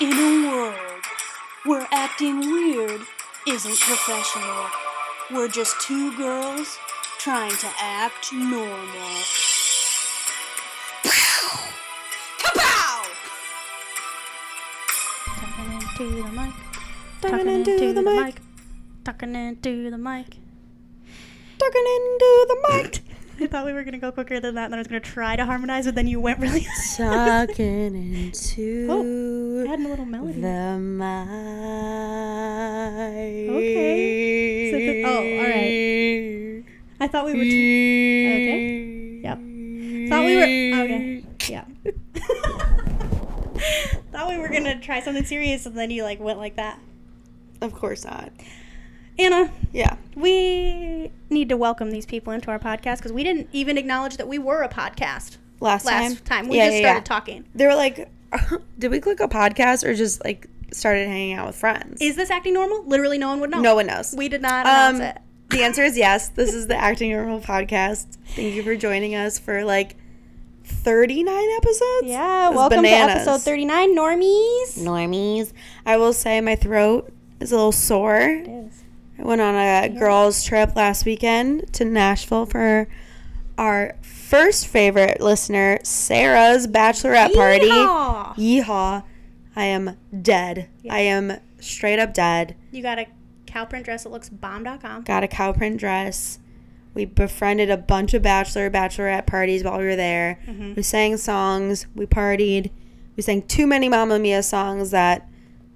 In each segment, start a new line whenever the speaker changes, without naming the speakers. In a world where acting weird isn't professional, we're just two girls trying to act normal. Pow! Kapow!
Tucking into the mic.
Tucking into the
Tucking into the
mic.
mic.
Tucking into the mic.
I thought we were gonna go quicker than that, and then I was gonna try to harmonize, but then you went really.
Tucking into
I had a little melody.
the mic.
Okay. So the- oh, all
right.
I thought we were. T-
Okay.
Yep. thought we were. Okay. Yeah. thought we were gonna try something serious, and then you like went like that.
Of course not.
Anna,
Yeah.
we need to welcome these people into our podcast because we didn't even acknowledge that we were a podcast
Last, time.
last time. We
Yeah,
just started
yeah, yeah.
talking.
They were like, did we click a podcast or just like started hanging out with friends?
Is this acting normal? Literally, no one would know.
no one knows.
We did not announce
Um,
it.
the answer is yes. This is the Acting Normal podcast. Thank you for joining us for like 39 episodes.
Yeah,
It's
welcome
bananas.
to episode 39, Normies.
Normies. I will say my throat is a little sore. I went on a girls' trip last weekend to Nashville for our first favorite listener, Sarah's bachelorette party.
Yeehaw!
Yeehaw. I am dead. I am straight up dead.
You got a cow print dress that looks bomb.com.
got a cow print dress. We befriended a bunch of bachelor bachelorette parties while we were there.
Mm-hmm.
We sang songs. We partied. We sang too many Mamma Mia songs that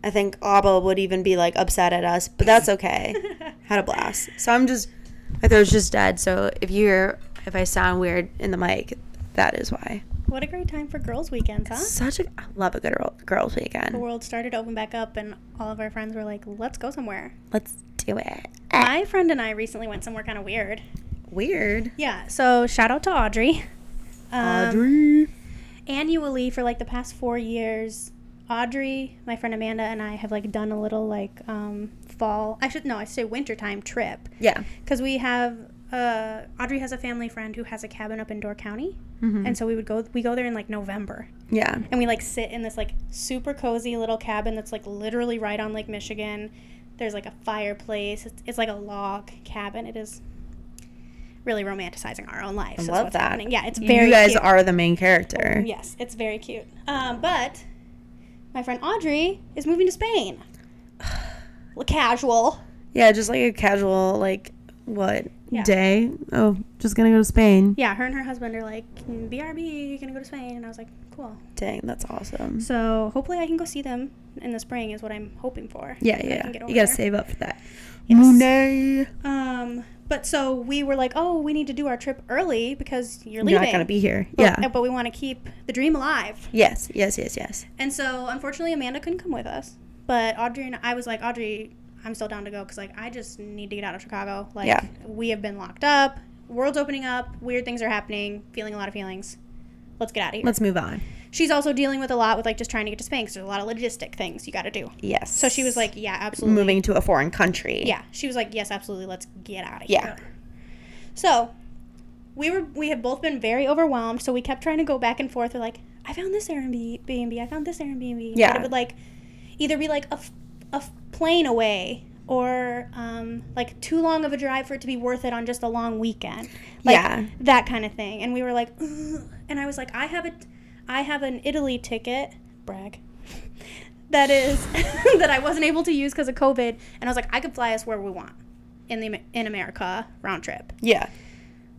I think Abba would even be like upset at us, but that's okay. Had a blast. So I'm just my throat's just dead. So if you hear if I sound weird in the mic, that is why.
What a great time for girls' weekends, huh?
Such a I love a good girl, girls
The
weekend.
world started to open back up, and all of our friends were like, let's go somewhere.
Let's do it.
My friend and I recently went somewhere kind of weird.
Weird.
Yeah, so shout out to Audrey. Um,
Audrey.
Annually, for like the past four years, Audrey, my friend Amanda, and I have like done a little like um, fall, I should, no, I say wintertime trip.
Yeah.
because we have uh, Audrey has a family friend who has a cabin up in Door County,
Mm-hmm.
and so we would go we go there in like November,
Yeah.
and we like sit in this like super cozy little cabin that's like literally right on Lake Michigan. There's like a fireplace. It's, it's like a log cabin. It is really romanticizing our own life. I
love that.
Yeah, it's very.
you guys
cute.
are the main character.
Yes, it's very cute. Um, but my friend Audrey is moving to Spain. Well, Casual.
Yeah, just like a casual like what
Yeah.
day? Oh, just gonna go to Spain.
Yeah, her and her husband are like, "Mm, BRB, gonna go to Spain. And I was like, cool.
Dang, that's awesome.
So hopefully I can go see them in the spring, is what I'm hoping for.
Yeah,
that I
yeah.
can get over
You gotta
there.
save up for that.
Yes.
Monet.
Um, but so we were like, oh, we need to do our trip early because you're
You're
leaving.
not gonna be here.
But- uh,
yeah.
But we want to keep the dream alive.
Yes, yes, yes, yes.
And so unfortunately, Amanda couldn't come with us. But Audrey and I was like, Audrey, I'm still down to go because like I just need to get out of Chicago. Like
Yeah.
we have been locked up. World's opening up. Weird things are happening. Feeling a lot of feelings. Let's get out of here.
Let's move on.
she's also dealing with a lot with like just trying to get to Spain because there's a lot of logistic things you got to do.
Yes.
So she was like, yeah, absolutely.
moving to a foreign country.
Yeah, she was like, yes, absolutely. Let's get out of here.
Yeah.
So we were we had both been very overwhelmed, so we kept trying to go back and forth. We're like, I found this Airbnb, I found this Airbnb.
Yeah.
But it would like either be like a, f- a f- plane away or um, like too long of a drive for it to be worth it on just a long weekend. Like
Yeah.
that kind of thing. And we were like, "Ugh." and I was like, I have a, I have an Italy ticket. Brag. That is that I wasn't able to use because of COVID, and I was like, I could fly us where we want in the Am- in America round trip.
Yeah.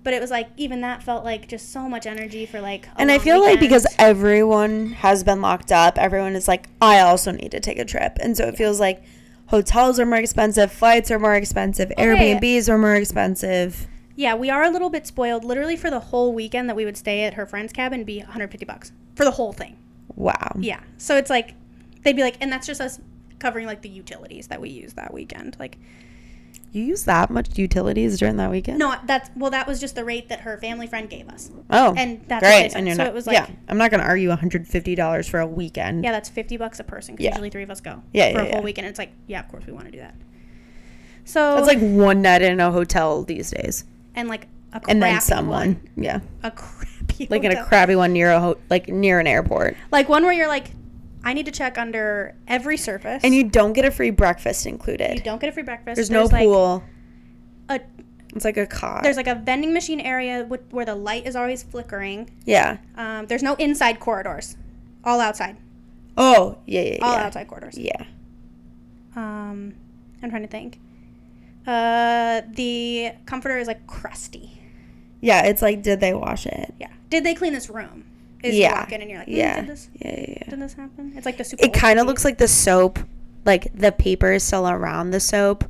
But it was like even that felt like just so much energy for like. a
And I
long
feel
weekend.
like because everyone has been locked up, everyone is like, I also need to take a trip. And so it feels like hotels are more expensive, flights are more expensive,
Oh,
Airbnbs are more expensive.
yeah, we are a little bit spoiled. Literally for the whole weekend that we would stay at her friend's cabin, be 150 bucks for the whole thing.
Wow.
Yeah. So it's like they'd be like, and that's just us covering like the utilities that we used that weekend, like.
You used that much utilities during that weekend?
No, that's well. That was just the rate that her family friend gave us.
Oh,
and that's what they
great.
said.
And you're
So
not.
it was like-
yeah, I'm not gonna argue 150 dollars for a weekend.
Yeah, that's fifty bucks a person. 'cause
Yeah.
Usually three of us go.
Yeah,
for a
yeah,
whole
yeah.
weekend. It's like, yeah, of course we want to do that. So
That's like one night in a hotel these days,
and like a crappy
and then someone.
one.
Yeah,
a crappy
like in a
hotel.
crappy one near a ho- like near an airport.
like one where you're like I need to check under every surface.
And you don't get a free breakfast included.
You don't get a free breakfast.
There's, no
like
pool.
A,
It's like a cot.
there's like a vending machine area with, where the light is always flickering.
yeah.
Um, there's no inside corridors. All outside.
Oh, yeah, yeah, yeah.
All outside corridors.
Yeah.
Um, I'm trying to think. Uh, the comforter is like crusty.
Yeah, it's like did they wash it?
Yeah. Did they clean this room? Is
yeah.
you walk in and you're like, "Hmm,
yeah.
did this
yeah, yeah, yeah.
did this happen? It's like the super.
It kind of looks like the soap, like the paper is still around the soap,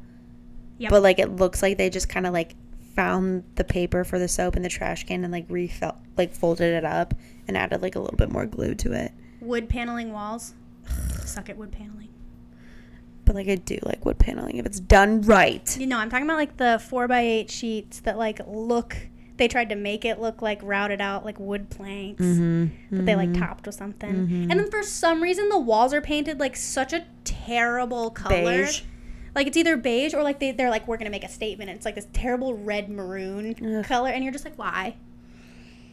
Yep.
but like it looks like they just kind of like found the paper for the soap in the trash can and like refelt, like folded it up and added like a little bit more glue to it.
wood paneling walls. Suck at wood paneling.
But like I do like wood paneling if it's done right.
You know, I'm talking about like the four by eight sheets that like look. They tried to make it look like routed out like wood planks
Mm-hmm.
that they like topped with something, and then for some reason the walls are painted like such a terrible color.
Beige.
Like it's either beige or like they they're like we're gonna make a statement. And it's like this terrible red maroon color, and you're just like, why?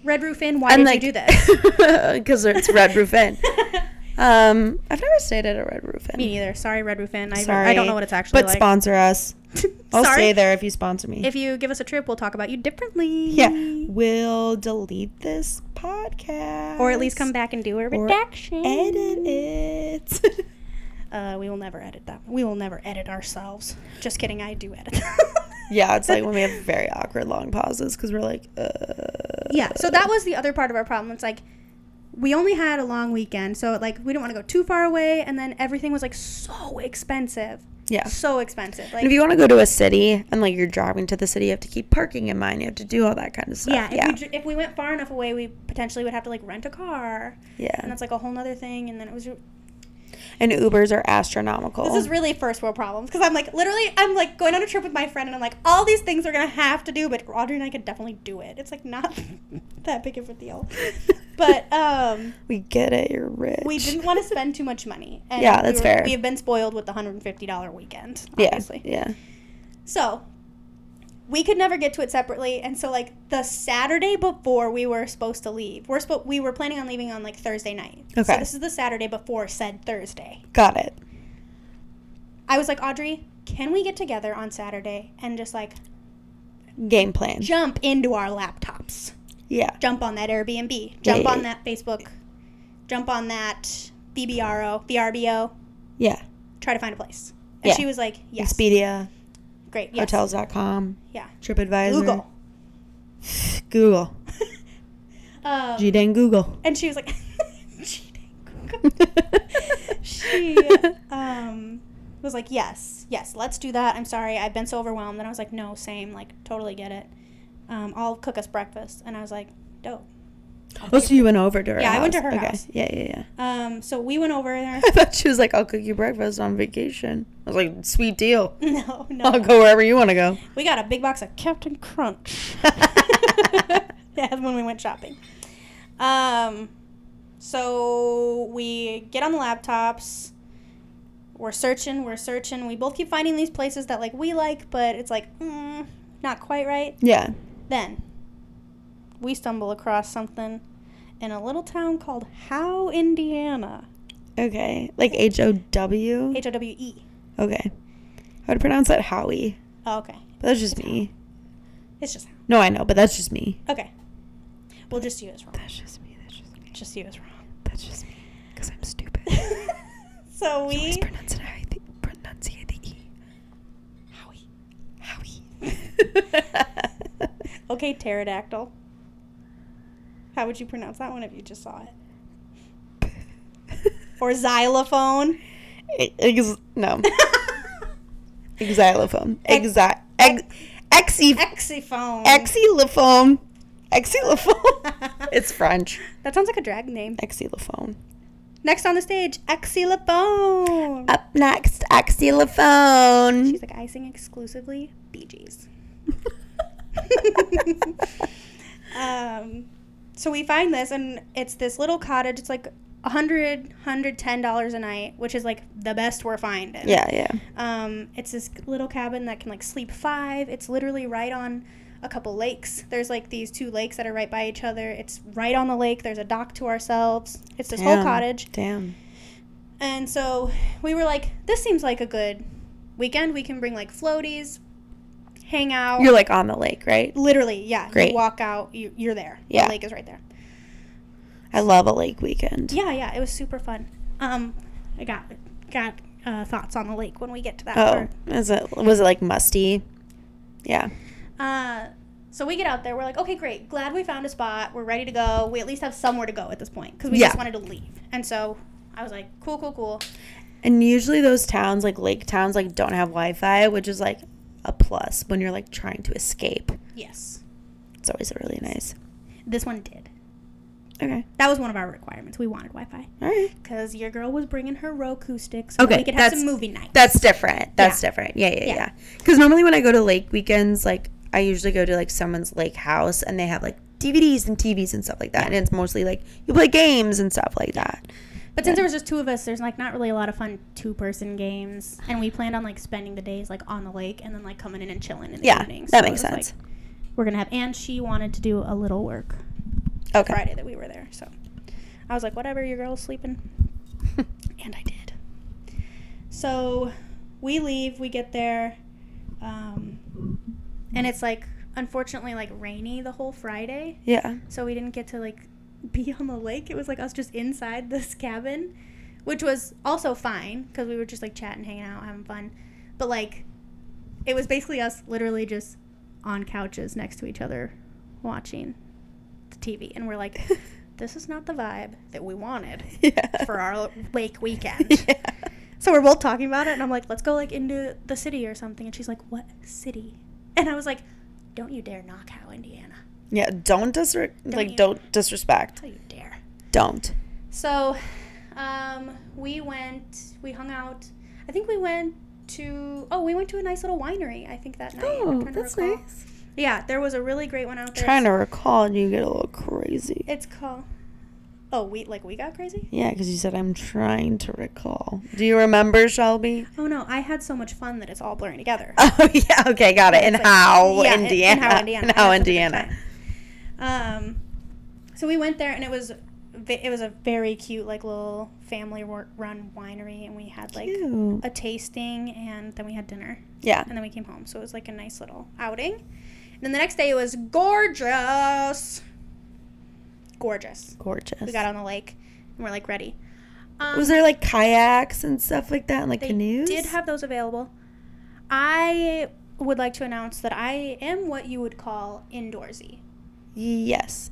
Red roof in. Why
And
did
like
you do this?
because it's Red Roof Inn. Um, I've never stayed at a Red Roof Inn.
Me neither. Sorry, Red Roof Inn. I,
Sorry,
I don't know what it's actually
But
like.
sponsor us. I'll
Sorry.
stay there if you sponsor me.
If you give us a trip, we'll talk about you differently.
yeah, we'll delete this podcast
Or at least come back and do a redaction.
edit it.
Uh, we will never edit that. We will never edit ourselves. Just kidding. I do edit.
yeah, it's like when we have very awkward long pauses because we're like, uh,
yeah. So that was the other part of our problem. It's like we only had a long weekend, so like we didn't want to go too far away, and then everything was like so expensive.
yeah.
So expensive. Like
And if you want to go to a city and like you're driving to the city, you have to keep parking in mind. You have to do all that kind of stuff.
yeah, if,
yeah,
We, dr- if we went far enough away, we potentially would have to like rent a car, and
yeah.
that's like a whole nother thing. And then it was
And Ubers are astronomical.
This is really first world problems because I'm like literally I'm like going on a trip with my friend and I'm like all these things we're gonna have to do, but Audrey and I could definitely do it. It's like not that big of a deal, but um,
we get it. You're rich.
we didn't want to spend too much money. And
Yeah,
we
that's
were-
fair.
We have been spoiled with the hundred and fifty dollar weekend,
Yeah,
obviously.
yeah.
So we could never get to it separately, and so like the Saturday before we were supposed to leave, we're spo- we were planning on leaving on like Thursday night. So
Okay.
this is the Saturday before said Thursday.
Got it.
I was like, Audrey, can we get together on Saturday and just like
Game plan.
jump into our laptops?
Yeah.
Jump on that Airbnb. Jump
yeah,
on
yeah.
that Facebook. Jump on that VBRO, VRBO.
Yeah.
Try to find a place. And
Yeah.
she was like, yes.
Expedia,
Great. Yes.
hotels.com,
Yeah.
TripAdvisor,
Google.
Google.
Um,
G dang Google.
and she was like, she didn't Google. she um, was like, yes, yes, let's do that. I'm sorry, I've been so overwhelmed. And I was like, no, same, like, totally get it. Um, I'll cook us breakfast. And I was like, dope.
oh, so you went over to her
Yeah,
house.
I went to her house.
Yeah, yeah, yeah.
Um, so we went over there.
I thought she was like, I'll cook you breakfast on vacation. I was like, sweet deal.
no,
I'll
no,
go wherever you want to go.
we got a big box of Captain Crunch. yeah, when we went shopping. Um, so we get on the laptops. We're searching. We're searching. We both keep finding these places that like we like, but it's like mm, not quite right.
yeah.
Then we stumble across something in a little town called Howe, Indiana.
Okay. Like H O W.
H O W E.
Okay. I would pronounce that Howie,
Oh, okay,
but that's just me.
it's just
No, I know, but that's just me.
okay. Well, just you is wrong.
That's just me. That's just me.
Just you is wrong.
That's just me. Because I'm stupid.
So
Please
we
pronounce it. I think pronunciate the E.
Howie.
Howie.
Okay, pterodactyl. How would you pronounce that one if you just saw it? Or xylophone?
Ex- no. Xylophone. Exi- ex- exi-
Xyphone.
exilophone. Exilophone. it's French.
that sounds like a drag name.
Exilophone.
Next on the stage, xylophone.
Up next, exilophone.
Um, She's like, I sing exclusively Bee Gees. Um, so we find this, and it's this little cottage. It's like a hundred, hundred ten dollars a night, which is like the best we're finding.
yeah, yeah.
Um, it's this little cabin that can like sleep five. It's literally right on a couple lakes. There's like these two lakes that are right by each other. It's right on the lake. There's a dock to ourselves. It's this whole
Damn.
cottage.
Damn.
And so we were like, this seems like a good weekend. We can bring like floaties, hang out.
You're like on the lake, right?
Literally, yeah.
Great.
You walk out, you, you're there.
Yeah.
The lake is right there.
I love a lake weekend.
Yeah, yeah. It was super fun. Um, I got got uh, thoughts on the lake when we get to that
Oh,
part.
is it was it like musty? Yeah.
Uh, so we get out there. We're like, okay, great. Glad we found a spot. We're ready to go. We at least have somewhere to go at this point because we
Yeah.
just wanted to leave. And so I was like, cool, cool, cool.
And usually those towns, like lake towns, like don't have Wi-Fi, which is like a plus when you're like trying to escape.
Yes.
It's always really nice.
This one did.
Okay.
That was one of our requirements. We wanted Wi Fi
All right.
because your girl was bringing her Roku sticks. So
Okay,
We could have
that's-
some movie night.
That's different. That's
Yeah.
different. Yeah, yeah,
Yeah.
yeah. Because normally when I go to lake weekends, like I usually go to like someone's lake house and they have like DVDs and TVs and stuff like that, and it's mostly like you play games and stuff like that.
But since there was just two of us, there's like not really a lot of fun two person games. And we planned on like spending the days like on the lake and then like coming in and chilling in the
Yeah,
evenings.
that
So it
makes
was, like,
sense.
we're gonna have and she wanted to do a little work
Okay.
Friday that we were there. So I was like, whatever, your girl's sleeping. and I did. So we leave, we get there, um, and it's like unfortunately like rainy the whole Friday.
Yeah.
So we didn't get to like be on the lake. It was like us just inside this cabin, which was also fine because we were just like chatting, hanging out, having fun. But like, it was basically us literally just on couches next to each other watching the TV. And we're like, this is not the vibe that we wanted
Yeah.
for our lake weekend.
yeah.
So we're both talking about it, and I'm like, let's go like into the city or something. And she's like, what city? And I was like, don't you dare knock out Indiana.
Yeah. Don't disre- like
you-
don't disrespect.
Don't you dare.
Don't.
So, um, we went, we hung out. I think we went to, oh, we went to a nice little winery, I think that night. I'm
Oh,
trying to
that's
recall.
nice.
Yeah, there was a really great one out there.
Trying to recall, and you get a little crazy.
It's called, oh, we, like, we got crazy?
Yeah, because you said I'm trying to recall. Do you remember, Shelby?
Oh, no, I had so much fun that it's all blurring together.
Oh yeah, okay, got it. And
It's like-
how
yeah, and- and
Indiana?
how Indiana.
And how
I had such a good
Indiana?
time. Um, so we went there, and it was, ve- it was a very cute, like, little family-run winery, and we had, like,
Ew.
a tasting, and then we had dinner.
Yeah.
and then we came home. So it was like a nice little outing. And then the next day it was gorgeous. Gorgeous.
Gorgeous.
We got on the lake and we're like ready. Um,
Was there like kayaks and stuff like that, and like
they
canoes?
did have those available. I would like to announce that I am what you would call indoorsy.
Yes.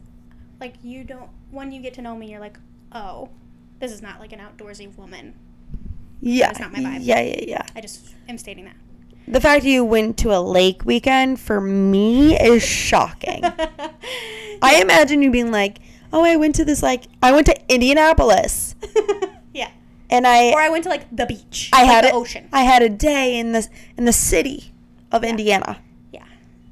Like you don't when you get to know me you're like, "Oh, this is not like an outdoorsy woman."
Yeah.
That's not my vibe.
Yeah, yeah, yeah.
I just am stating that.
The fact that you went to a lake weekend for me is shocking. I imagine you being like, "Oh, I went to this like I went to Indianapolis,
yeah.
and I
Or I went to like the beach.
I
like,
had
the
a-
ocean.
I had a day in the in the city of Indiana,
Yeah.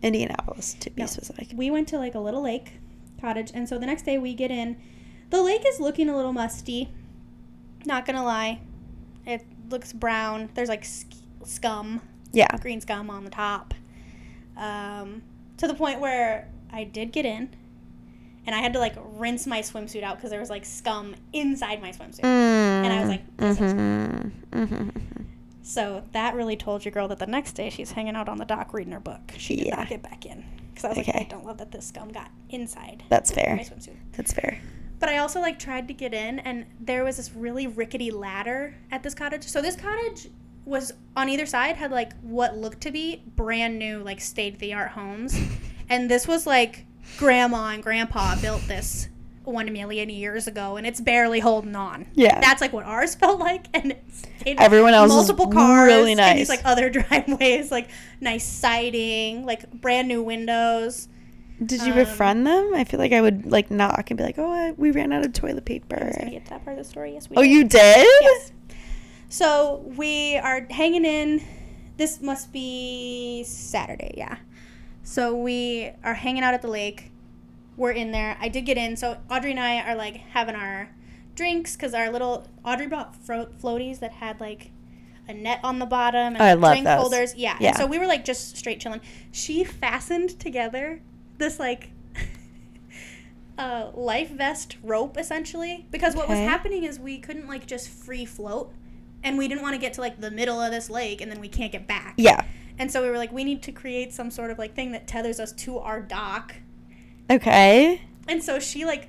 Indianapolis to be specific."
we went to like a little lake cottage and so the next day we get in the lake is looking a little musty not gonna lie it looks brown there's like sc- scum
Yeah.
green scum on the top um, to the point where i did get in and i had to like rinse my swimsuit out because there was like scum inside my swimsuit and i was
Mm,
like this is-
mm-hmm.
so that really told your girl that the next day she's hanging out on the dock reading her book she did
Yeah.
not get back in because i was
Okay.
like i don't love that this scum got inside
That's
my
fair.
swimsuit.
That's fair.
But I also like tried to get in, and there was this really rickety ladder at this cottage. So this cottage was on either side had like what looked to be brand new, like state of the art homes, and this was like grandma and grandpa built this one million years ago, and it's barely holding on.
Yeah.
that's like what ours felt like, and it's- it,
Everyone else is
multiple cars,
really
and
nice.
these like other driveways, like nice siding, like brand new windows.
Did you
Um,
befriend them? I feel like I would like knock and be like, "Oh, I, we ran out of toilet
I was gonna
paper."
get to that part of the story. Yes, we.
Oh,
did.
you did?
Yes. So we are hanging in. This must be Saturday, yeah. So we are hanging out at the lake. We're in there. I did get in. So Audrey and I are like having our drinks because our little Audrey bought fro- floaties that had like a net on the bottom and
I
like,
love
drink
those.
holders. Yeah. and
Yeah.
so we were like just straight chilling. She fastened together this like a uh, life vest rope essentially because what was
Okay.
happening is we couldn't like just free float and we didn't want to get to like the middle of this lake and then we can't get back.
Yeah.
And so we were like we need to create some sort of like thing that tethers us to our dock.
Okay.
And so she like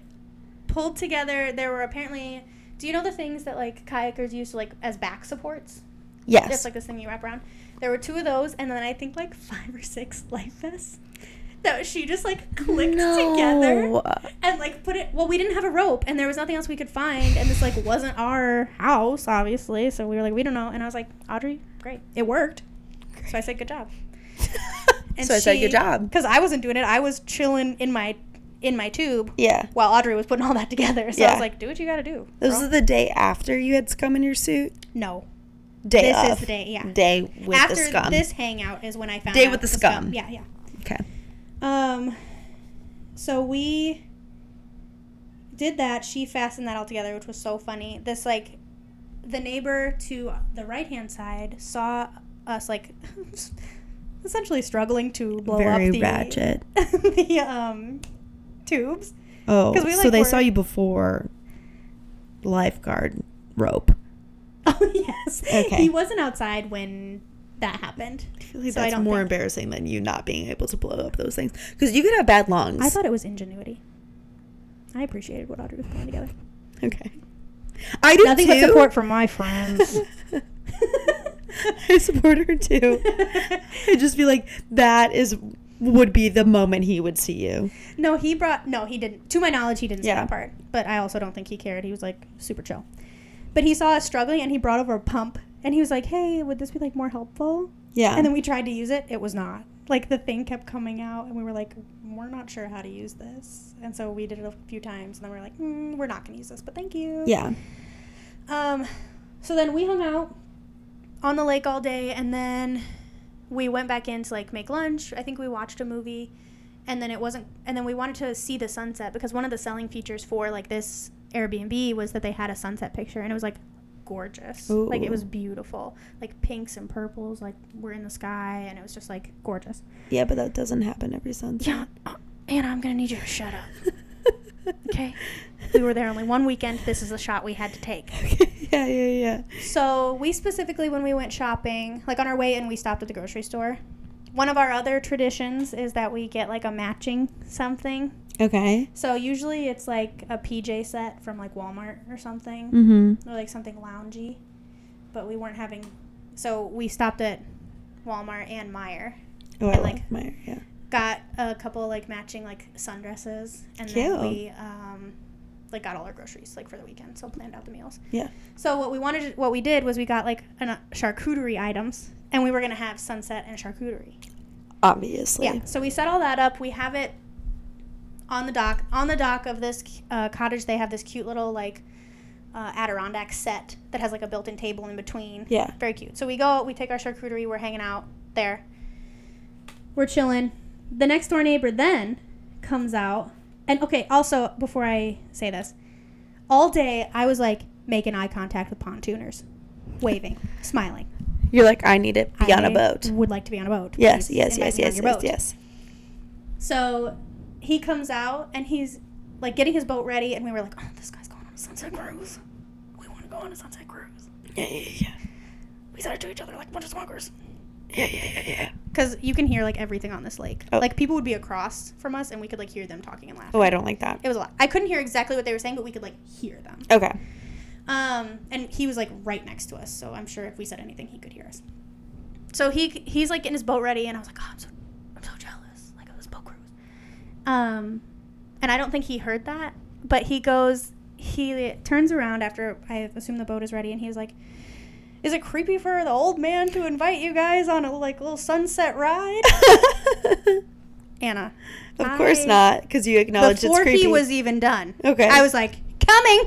pulled together there were apparently do you know the things that like kayakers use to like as back supports?
Yes.
Just like this thing you wrap around. There were two of those, and then I think like five or six life vests that she just like clicked together
No.
and like put it. Well, we didn't have a rope, and there was nothing else we could find, and this like wasn't our house, obviously. So we were like, we don't know. And I was like, Audrey, great, it worked. So I said, good job. And
so I said,
she-
good job.
because I wasn't doing it. I was chilling in my in my tube
Yeah.
while Audrey was putting all that together. So I
Yeah.
was like, do what you gotta do.
This
girl.
is the day after you had scum in your suit.
no,
Day
this
of.
is the day. Yeah.
Day with
After
the scum.
this hangout is when I found
Day
out
with the scum.
Yeah, yeah.
Okay.
Um, so we did that. She fastened that all together, which was so funny. This like the neighbor to the right hand side saw us like essentially struggling to blow
Very
up the
ratchet.
the um tubes.
Oh,
'Cause we,
so
like,
they
were-
saw you before lifeguard rope.
Oh yes.
Okay.
He wasn't outside when that happened.
I feel like
So I
that's
don't
more
think-
embarrassing than you not being able to blow up those things because you could have bad lungs.
I thought it was ingenuity. I appreciated what Audrey was pulling together.
okay, I do
Nothing
too.
but support from my friends.
I support her too. I just feel like that is would be the moment he would see you.
No, he brought. No, he didn't. To my knowledge, he didn't see
Yeah.
that part. But I also don't think he cared. He was like super chill. But he saw us struggling, and he brought over a pump, and he was like, "Hey, would this be like more helpful?"
Yeah,
And then we tried to use it. It was not. Like the thing kept coming out, and we were like, "We're not sure how to use this." And so we did it a few times, and then we were like, mm, "We're not going to use this, but thank you."
yeah.
Um, so then we hung out on the lake all day, and then we went back in to like make lunch. I think we watched a movie, and then it wasn't. And then we wanted to see the sunset because one of the selling features for like this Airbnb was that they had a sunset picture, and it was like gorgeous. Like
Ooh.
it was beautiful, like pinks and purples, like were in the sky, and it was just like gorgeous.
Yeah, but that doesn't happen every Sunday.
Yeah, uh, Anna, I'm gonna need you to shut up. Okay, we were there only one weekend. This is the shot we had to take.
yeah, yeah, yeah.
So we specifically, when we went shopping, like on our way in, we stopped at the grocery store. One of our other traditions is that we get like a matching something.
Okay.
So usually it's like a PJ set from like Walmart or something,
Mm-hmm.
or like something loungy. But we weren't having, so we stopped at Walmart and Meyer,
Oh, I
And,
like
like-
my yeah.
got a couple like matching like sundresses, and
Cute.
then we um, like got all our groceries like for the weekend. So planned out the meals.
Yeah.
So what we wanted, to, what we did was we got like an, uh, charcuterie items, and we were gonna have sunset and charcuterie.
Obviously.
Yeah. So we set all that up. We have it on the dock. On the dock of this uh, cottage, they have this cute little like uh, Adirondack set that has like a built-in table in between.
Yeah.
Very cute. So we go. We take our charcuterie. We're hanging out there. We're chilling. The next door neighbor then comes out, and okay. Also, before I say this, all day I was like making eye contact with pontooners, waving, smiling.
You're like, I need to be on a
I
boat.
Would like to be on a boat.
Yes,
Please
yes,
invite
yes,
me on
yes,
your
yes,
boat.
yes.
So he comes out and he's like getting his boat ready, and we were like, "Oh, this guy's going on a sunset cruise. We want to go on a sunset cruise."
Yeah, yeah,
We said it to each other like a bunch of smokers,
yeah, yeah, yeah, yeah, yeah.
because you can hear like everything on this lake.
Oh.
Like people would be across from us, and we could like hear them talking and laughing.
Oh, I don't like that.
It was a lot. I couldn't hear exactly what they were saying, but we could like hear them.
Okay.
Um, and he was like right next to us, so I'm sure if we said anything, he could hear us. So he he's like getting his boat ready, and I was like, oh, I'm so I'm so jealous, like of this boat cruise. Um, and I don't think he heard that, but he goes, he turns around after I assume the boat is ready, and he's like, "Is it creepy for the old man to invite you guys on a like little sunset ride?" Anna,
of course
I-
not, because you acknowledged it's
before
creepy.
he was e, even done,
Okay.
I was like, "Coming."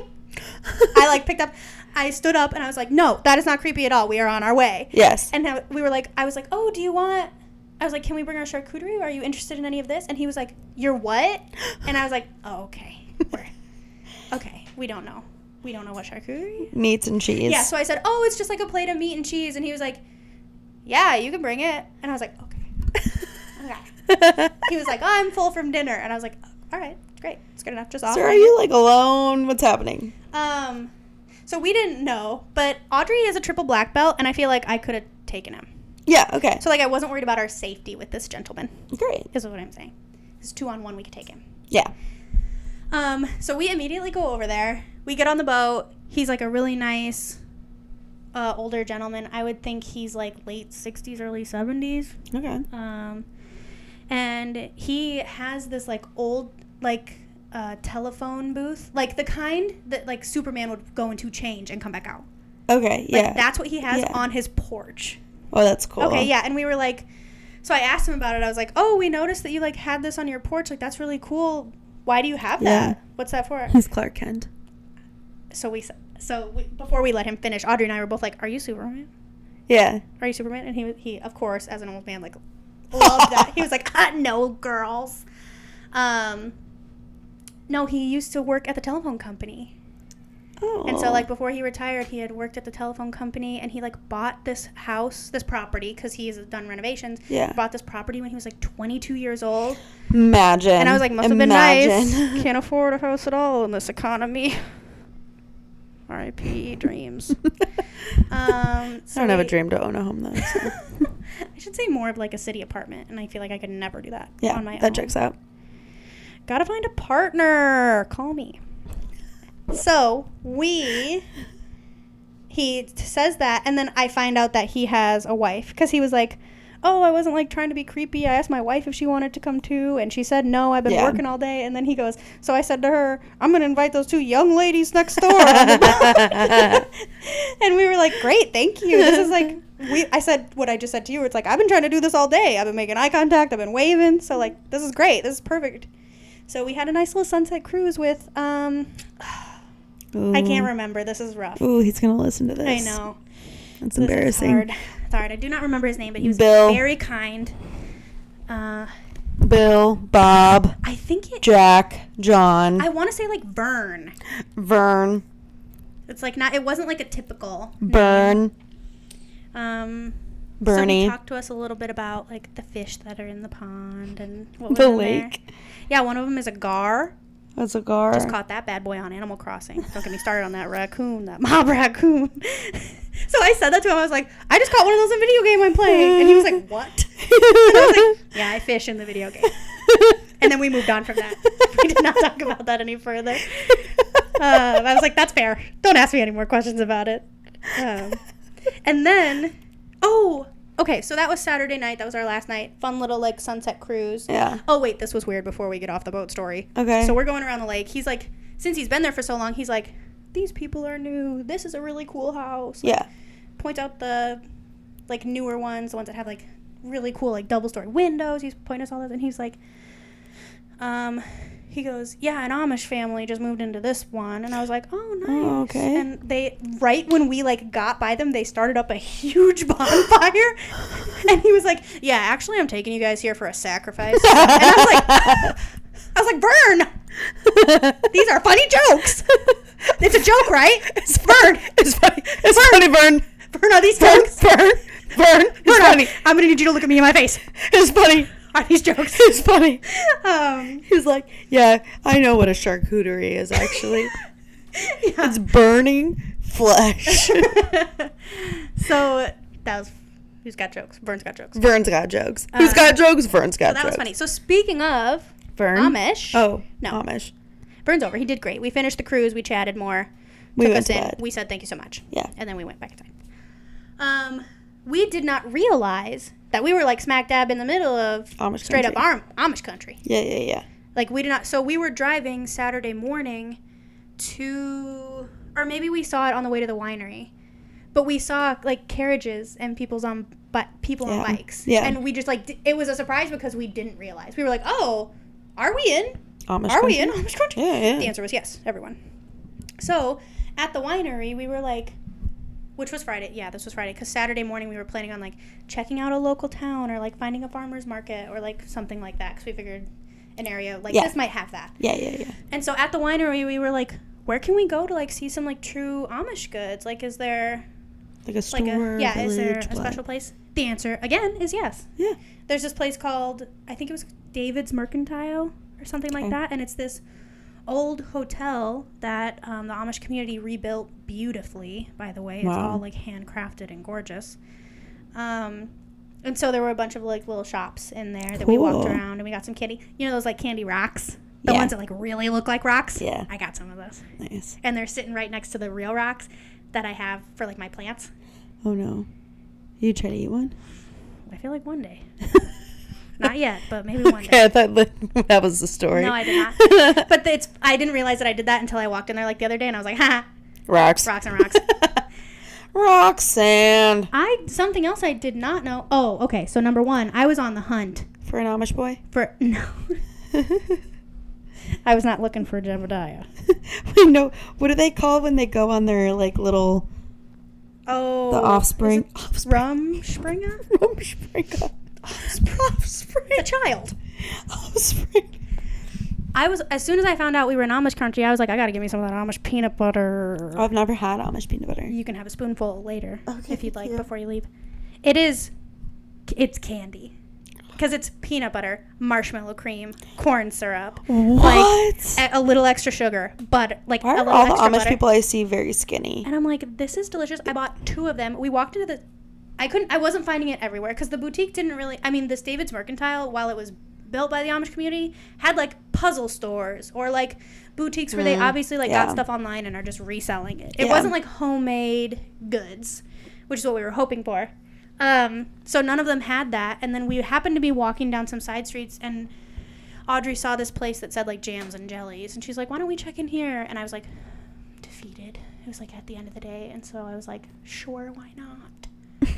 I like picked up. I stood up and I was like, "No, that is not creepy at all. We are on our way."
Yes.
And now we were like, I was like, "Oh, do you want?" I was like, "Can we bring our charcuterie? Are you interested in any of this?" And he was like, "You're what?" And I was like, "Oh, okay, we're, okay. We don't know. We don't know what charcuterie."
Meats and cheese.
Yeah. So I said, "Oh, it's just like a plate of meat and cheese," and he was like, "Yeah, you can bring it." And I was like, "Okay." Okay. He was like, "Oh, I'm full from dinner," and I was like, "All right, Great. It's good enough. Just off.
So are you like alone? What's happening?
Um, so we didn't know, but Audrey is a triple black belt, and I feel like I could have taken him.
Yeah. Okay.
So like I wasn't worried about our safety with this gentleman.
Great.
Is what I'm saying. It's two on one. We could take him.
Yeah.
Um, so we immediately go over there. We get on the boat. He's like a really nice, uh, older gentleman. I would think he's like late 60s, early 70s.
Okay.
Um, and he has this like old like uh, telephone booth, like the kind that like Superman would go into change and come back out.
Okay.
Like,
Yeah.
that's what he has
Yeah.
on his porch.
oh, that's cool.
Okay, yeah. And we were like, so I asked him about it. I was like, oh, we noticed that you like had this on your porch. Like that's really cool. Why do you have that?
Yeah.
What's that for?
He's Clark Kent.
so we s- so we, before we let him finish, Audrey and I were both like, "Are you Superman?
Yeah.
Are you Superman?" And he was- he of course as an old man like loved that. He was like, ah, "No, girls." Um no, he used to work at the telephone company.
Oh.
And so like before he retired, he had worked at the telephone company and he like bought this house, this property cuz he's done renovations.
Yeah.
Bought this property when he was like 22 years old.
Imagine.
And I was like, must have been
Imagine.
nice. Can't afford a house at all in this economy. R.I.P. dreams. Um, so
I don't have a
we-
dream to own a home though. so.
I should say more of like a city apartment, and I feel like I could never do that
Yeah,
on my
that
own.
checks out.
Gotta find a partner. Call me. So we. He t- says that, and then I find out that he has a wife because he was like, "Oh, I wasn't like trying to be creepy. I asked my wife if she wanted to come too, and she said no. I've been
Yeah.
working all day." And then he goes, "So I said to her, I'm gonna invite those two young ladies next door." on the boat." and we were like, "Great, thank you. This is like we." I said what I just said to you. It's like I've been trying to do this all day. I've been making eye contact. I've been waving. So like this is great. This is perfect. So we had a nice little sunset cruise with. Um, I can't remember. This is rough.
Mm. Ooh, he's gonna listen to this.
I know.
That's
This is
embarrassing.
hard. It's hard. I do not remember his name, but he was
Bill.
very kind. Uh,
Bill, Bob,
I think it.
Jack, John,
I want to say like Vern.
Vern,
It's like not. It wasn't like a typical.
Burn,
Um, so he
Bernie,
talked to us a little bit about like the fish that are in the pond and what was
the
in there.
lake.
Yeah, one of them is a gar.
That's a gar.
Just caught that bad boy on Animal Crossing. Don't get me started on that raccoon, that mob raccoon. so I said that to him. I was like, I just caught one of those in a video game I'm playing, and he was like, What? And I was like, Yeah, I fish in the video game. And then we moved on from that. We did not talk about that any further. Um, I was like, That's fair. Don't ask me any more questions about it. Um, and then, oh, okay. So that was Saturday night. That was our last night. Fun little like sunset cruise.
yeah.
Oh wait, this was weird. Before we get off the boat story.
Okay.
So we're going around the lake. He's like, since he's been there for so long, he's like, these people are new. This is a really cool house.
yeah.
Point out the like newer ones, the ones that have like really cool like double story windows. He's pointing us all those, and he's like, um, he goes, yeah, an Amish family just moved into this one, and I was like, oh nice.
Oh, okay.
And they right when we like got by them, they started up a huge bonfire, and he was like, yeah, actually, I'm taking you guys here for a sacrifice. and I was like, I was like, burn. These are funny jokes. It's a joke, right?
It's Vern. It's funny. It's funny, Vern.
Burn all these
Vern.
jokes.
Vern. Vern. It's
Burn
funny.
funny. I'm gonna need you to look at me in my face.
It's funny.
Are these jokes?
It's funny.
Um,
He's like, yeah, I know what a charcuterie is actually.
yeah.
It's burning flesh.
so that was who's got jokes? Vern's got jokes. So
Vern's got jokes. Who's got jokes? Vern's got
Uh, that
jokes.
was funny. So speaking of
Vern.
Amish,
Oh,
No.
Amish.
Vern's over. He did great. We finished the cruise. We chatted more.
We
took
went
us
to
in.
bed.
We said thank you so much.
Yeah.
And then we went back in time. Um, we did not realize that we were like smack dab in the middle of
Amish
straight up
country.
Am- Amish country.
Yeah, yeah, yeah.
Like we did not. So we were driving Saturday morning to, or maybe we saw it on the way to the winery, but we saw like carriages and people's on but people on
Yeah.
bikes.
Yeah.
And we just like d- it was a surprise because we didn't realize. We were like, oh, are we in?
Amish.
Are we
country.
in Amish country?
Yeah, yeah.
The answer was yes, everyone. So at the winery, we were like, which was Friday. Yeah, this was Friday because Saturday morning we were planning on like checking out a local town or like finding a farmer's market or like something like that because we figured an area like
Yeah.
this might have that.
Yeah, yeah, yeah.
And so at the winery, we were like, where can we go to like see some like true Amish goods? Like, is there
Like a
like
store.
a yeah? is there
village,
a
blah.
special place? The answer again is yes.
Yeah.
There's this place called I think it was David's Mercantile or something like that. And it's this old hotel that um, the Amish community rebuilt beautifully, by the way. It's
Wow.
all like handcrafted and gorgeous. Um, and so there were a bunch of like little shops in there that we walked
Cool.
around and we got some kitty. You know those like candy rocks? The
Yeah.
ones that like really look like rocks?
Yeah.
I got some of those.
Nice.
And they're sitting right next to the real rocks that I have for like my plants.
Oh no. You try to eat one?
I feel like one day. Not yet, but maybe one day.
okay, I thought that, that was the story.
No, I did
not.
But it's I didn't realize that I did that until I walked in there like the other day and I was like, ha,
rocks.
rocks and rocks.
Rock sand.
I something else I did not know. Oh, okay. So number one, I was on the hunt
For an Amish boy?
for no. I was not looking for Jebediah.
we know. What do they call when they go on their like little
Oh,
the offspring? Offspring.
Rum Springer,
Offspring. Offspring.
the child.
Offspring.
I was as soon as I found out we were in Amish country, I was like, I gotta give me some of that Amish peanut butter.
I've never had Amish peanut butter.
Oh. You can have a spoonful later
Okay,
if you'd
thank
like
you.
before you leave. It is, it's candy, because it's peanut butter, marshmallow cream, corn syrup,
What?
a, a little extra sugar, but like
Why
a
are
little
all the
extra
Amish
butter.
people I see very skinny?
And I'm like, this is delicious. I bought two of them. We walked into the, I couldn't, I wasn't finding it everywhere because the boutique didn't really. I mean, this David's Mercantile, while it was built by the Amish community, had like puzzle stores or like boutiques where they obviously like
Mm, yeah.
got stuff online and are just reselling it. It
Yeah.
wasn't like homemade goods, which is what we were hoping for. Um, so none of them had that. And then we happened to be walking down some side streets and Audrey saw this place that said like jams and jellies, and she's like, "Why don't we check in here?" And I was like, defeated. It was like at the end of the day, and so I was like, "Sure, why not?"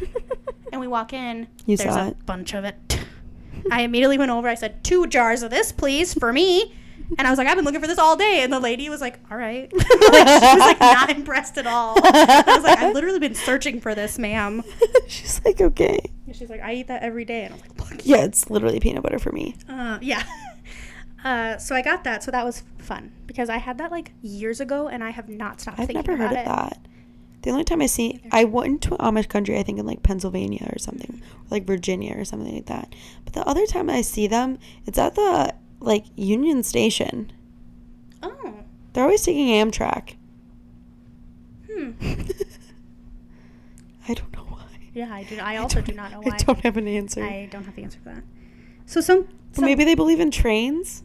And we walk in.
You
there's
saw
a
it.
bunch of it. I immediately went over. I said, two jars of this, please, for me." And I was like, "I've been looking for this all day." And the lady was like, "All right." like, she was like not impressed at all. I was like, "I've literally been searching for this, ma'am."
She's like, okay.
And she's like, "I eat that every day," and I'm like, "Look,
Yeah, it's literally peanut butter for me.
Uh, yeah. Uh, so I got that. So that was fun because I had that like years ago, and I have not stopped
I've
thinking
never heard
about
of
it.
that. The only time I see, I went to Amish country, I think in like Pennsylvania or something, or like Virginia or something like that. But the other time I see them, it's at the like Union Station.
Oh,
They're always taking Amtrak.
hmm.
I don't know why.
Yeah, I do. I also do not know why.
I don't have an answer.
I don't have the answer for that. So some,
Well,
some
maybe they believe in trains.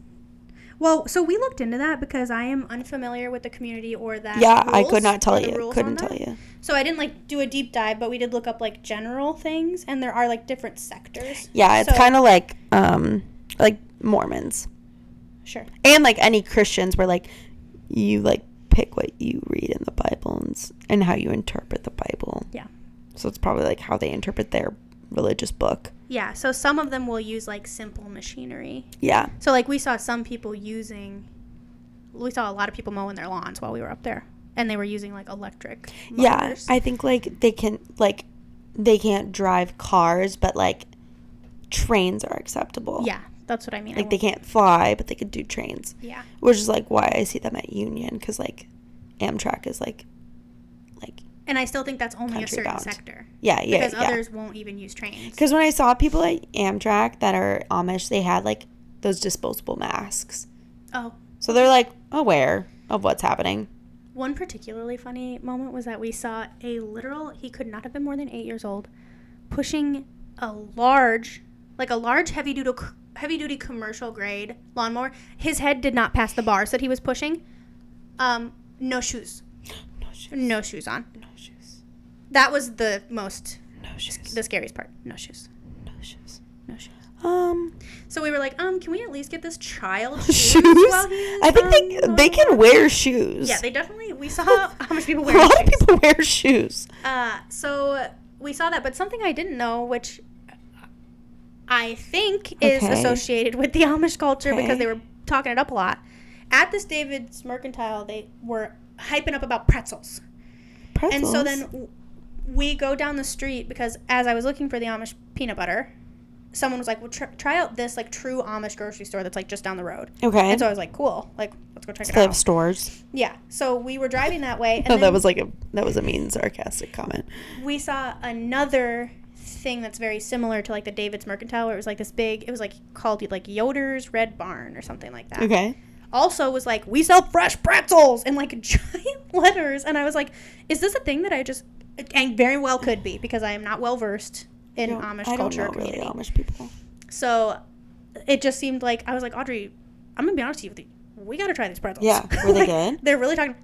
well, so we looked into that because I am unfamiliar with the community or that.
Yeah, I
rules
could not tell
or the
you.
rules
Couldn't
on
tell
that.
you.
So I didn't like do a deep dive, but we did look up like general things, and there are like different sectors.
Yeah, it's
So-
kind of like um like Mormons
Sure.
and like any Christians where like you like pick what you read in the Bible and, s- and how you interpret the Bible.
Yeah.
So it's probably like how they interpret their religious book.
Yeah. So some of them will use like simple machinery
Yeah.
So like we saw some people using we saw a lot of people mowing their lawns while we were up there. And they were using like electric
Yeah.
mowers.
I think like they can like they can't drive cars, but like trains are acceptable.
yeah, that's what I mean. I
Like they
won't-
can't fly, but they could do trains.
yeah.
which is like why I see them at Union because like Amtrak is like like
And I still think that's only a
Country
certain
bound.
sector.
yeah yeah
Because
yeah.
others won't even use trains.
Because when I saw people at Amtrak that are Amish, they had like those disposable masks,
Oh.
so they're like aware of what's happening.
One particularly funny moment was that we saw a literal he could not have been more than eight years old pushing a large like a large heavy duty heavy duty commercial grade lawnmower. His head did not pass the bars that he was pushing. Um, no shoes.
No shoes.
No shoes on.
No shoes.
That was the most
No shoes.
the scariest part. No shoes.
No shoes.
No shoes.
Um,
So we were like, um, can we at least get this child
shoes.
shoes? while he's
I
on
think they
the-
they can wear shoes.
Yeah, they definitely. We saw how much people
a
wear
lot of
shoes.
people wear shoes.
Uh, so we saw that, but something I didn't know, which I think is
Okay.
associated with the Amish culture
Okay.
because they were talking it up a lot. At this David's Mercantile, they were hyping up about pretzels.
Pretzels.
And so then w- we go down the street because as I was looking for the Amish peanut butter, someone was like, "Well, tr- try out this like true Amish grocery store that's like just down the road."
okay,
And so I was like, "Cool, like let's go check it
they have
out."
stores. Oh,
Yeah. So we were driving that way, and
No,
then
that was like a that was a mean sarcastic comment.
we saw another thing that's very similar to like the David's Mercantile, where it was like this big. It was like called like Yoder's Red Barn or something like that.
Okay.
Also was like we sell fresh pretzels in like giant letters, and I was like, is this a thing that I just and very well could be because I am not well versed in
No,
Amish
I don't
culture
know
or community.
really Amish people.
So it just seemed like I was like Audrey, I'm gonna be honest with you, we gotta try these pretzels.
Yeah, were they
Like,
good?
They're really talking.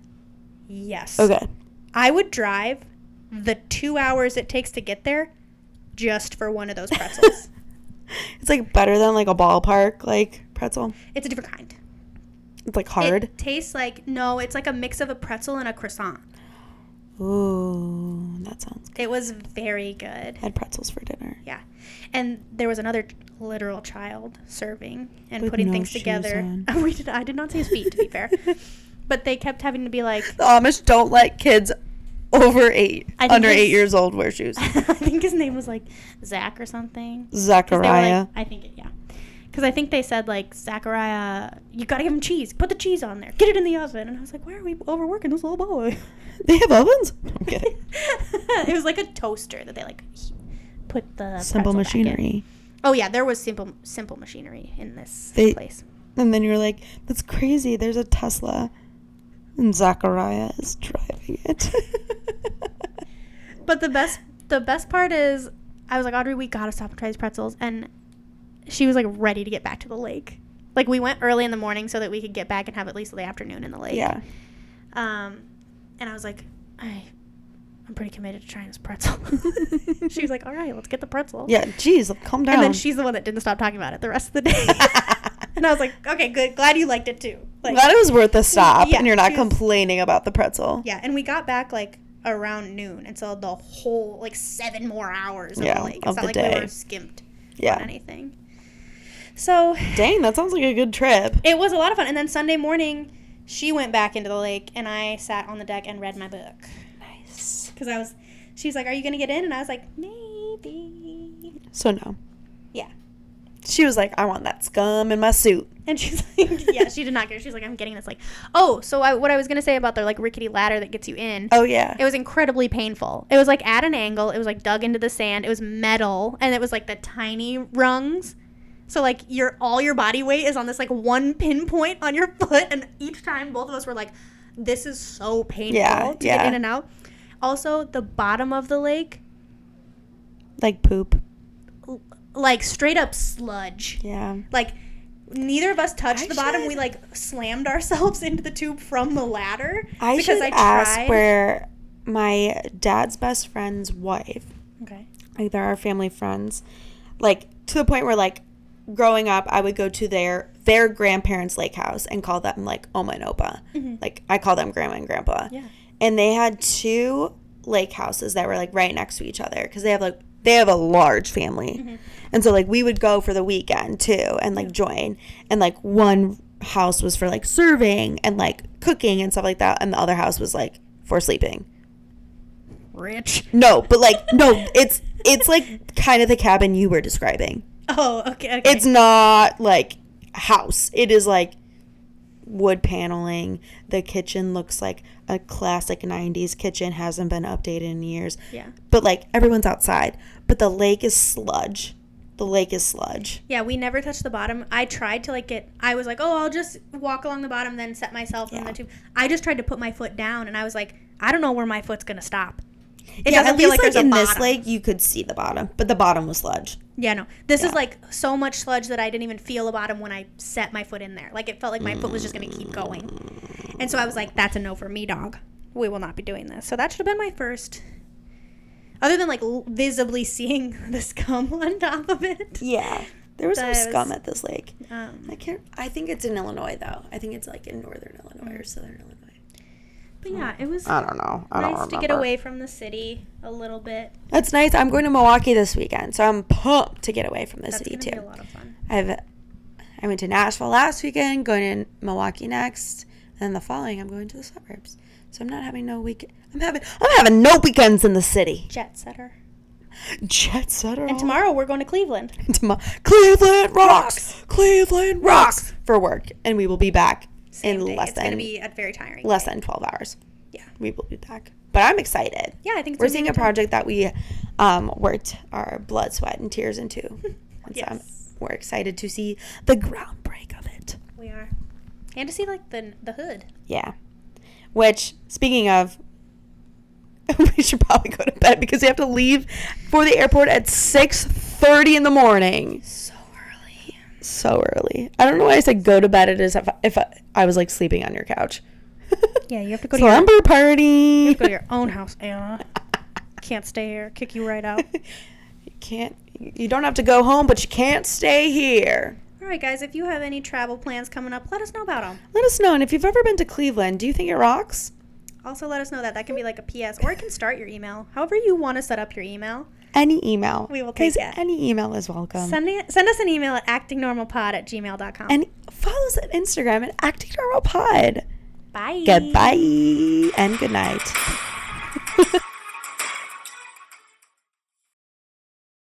Yes.
Okay.
I would drive the two hours it takes to get there just for one of those pretzels.
It's like better than like a ballpark like pretzel.
it's a different kind.
It's like hard.
It tastes like no, it's like a mix of a pretzel and a croissant.
Ooh, that sounds good.
It was very good.
I had pretzels for dinner.
Yeah. And there was another literal child serving and
With
putting
no
things
shoes
together.
on.
We did, I did not see his feet, to be fair. But they kept having to be like,
The Amish don't let kids over eight,
I think
under
it's-
eight years old wear shoes.
I think his name was like Zach or something. 'Cause they were like-
Zachariah.
I think it, yeah. Because I think they said like Zachariah, you gotta give him cheese. Put the cheese on there. Get it in the oven. And I was like, why are we overworking this little boy?
They have ovens? I'm kidding.
it was like a toaster that they like he- put the
Simple
pretzel back in.
machinery.
Oh yeah, there was simple simple machinery in this
They-
place.
And then you're like, that's crazy. There's a Tesla. And Zachariah is driving it.
But the best the best part is, I was like Audrey, we gotta stop and try these pretzels, and she was like ready to get back to the lake. Like we went early in the morning so that we could get back and have at least the afternoon in the lake.
yeah.
Um, and I was like, I, I'm pretty committed to trying this pretzel. she was like, all right, let's get the pretzel.
Yeah. Geez, calm down.
And then she's the one that didn't stop talking about it the rest of the day. and I was like, okay, good. Glad you liked it too. Like,
Glad it was worth a stop
Yeah,
and you're not
she's-
complaining about the pretzel.
yeah. And we got back like around noon. And so the whole, like, seven more hours of
Yeah,
the lake. It's
of
not
the
like we
day.
were skimped on
Yeah.
anything. So
Dang, that sounds like a good trip.
it was a lot of fun. And then Sunday morning, she went back into the lake and I sat on the deck and read my book.
Nice.
because I was, she's like, "Are you gonna get in?" And I was like, "Maybe."
So no.
Yeah.
She was like, I want that scum in my suit.
And she's like, "Yeah." She did not get. it. She's like, "I'm getting this." Like, oh, so I, what I was gonna say about the like rickety ladder that gets you in.
Oh yeah.
It was incredibly painful. It was like at an angle. It was like dug into the sand. It was metal, and it was like the tiny rungs. So like your all your body weight is on this like one pinpoint on your foot, and each time both of us were like, "This is so painful
Yeah,
to
yeah.
get in and out." Also, the bottom of the lake,
Like poop.
like straight up sludge.
Yeah.
like neither of us touched
I
the bottom. We
should-
like slammed ourselves into the tube from the ladder
I
because
should
I
ask
tried.
where my dad's best friend's wife,
okay.
like they're our family friends, like to the point where like growing up, I would go to their their grandparents' lake house and call them like Oma and Opa, like I call them Grandma and Grandpa.
Yeah.
and they had two lake houses that were like right next to each other because they have like they have a large family and so like we would go for the weekend too and like join and like one house was for like serving and like cooking and stuff like that and the other house was like for sleeping
Rich.
no but like no it's it's like kind of the cabin you were describing
Oh, okay. okay.
it's not like house it is like wood paneling the kitchen looks like a classic 90s kitchen hasn't been updated in years
yeah.
but like everyone's outside but the lake is sludge the lake is sludge
Yeah, we never touched the bottom. I tried to like get I was like, "Oh, I'll just walk along the bottom then set myself on the tube." I just tried to put my foot down and I was like, "I don't know where my foot's going to stop." It
yeah
doesn't
at
feel
least
like
like,
there's a
in
bottom.
this lake you could see the bottom but the bottom was sludge
Yeah, no. This is like so much sludge that I didn't even feel the bottom when I set my foot in there. Like it felt like my foot was just going to keep going. And so I was like, that's a no for me, dog. We will not be doing this. So that should have been my first. Other than like l- visibly seeing the scum on top of it.
yeah there was no
That was-
scum at this lake
Um,
i can't i think it's in illinois though i think it's like in northern illinois or southern illinois
but yeah, it was
i don't know i don't
nice to
remember
get away from the city a little bit.
That's nice. I'm going to Milwaukee this weekend, so I'm pumped to get away from the
That's
city
going to be a
too.
lot of fun.
I've I went to Nashville last weekend, going to Milwaukee next, and then the following I'm going to the suburbs. So I'm not having no week. I'm having I'm having no weekends in the city.
Jet setter.
Jet setter.
And tomorrow we're going to Cleveland.
tomorrow, Cleveland rocks. Cleveland rocks for work, and we will be back in
Same day.
less
it's
than
going to be a very tiring.
less than 12 hours.
Yeah.
we will be back. But I'm excited.
Yeah, I think it's
We're
gonna be
seeing
a
a
good time.
project that we um, worked our blood, sweat, and tears into. And so I'm,
Yes.
we're excited to see the groundbreak of it.
We are. And to see like the the hood.
Yeah. Which, speaking of, we should probably go to bed because we have to leave for the airport at 6.30 in the morning.
So early.
So early. I don't know why I said go to bed. It is if, if I, I was like sleeping on your couch.
Yeah, you have to go to your-
Slumber party.
Go to your own house, Anna. Can't stay here. Kick you right out.
you can't. You don't have to go home, but you can't stay here.
All right, guys. If you have any travel plans coming up, let us know about them.
Let us know. And if you've ever been to Cleveland, do you think it rocks?
Also, let us know that that can be like a PS, or it can start your email. However, you want to set up your email.
Any email.
We will
Guys,
take it.
Any email is welcome.
Send, it, send us an email at actingnormalpod at gmail.com.
and follow us on Instagram at Acting Normal Pod.
Bye.
Goodbye and good night.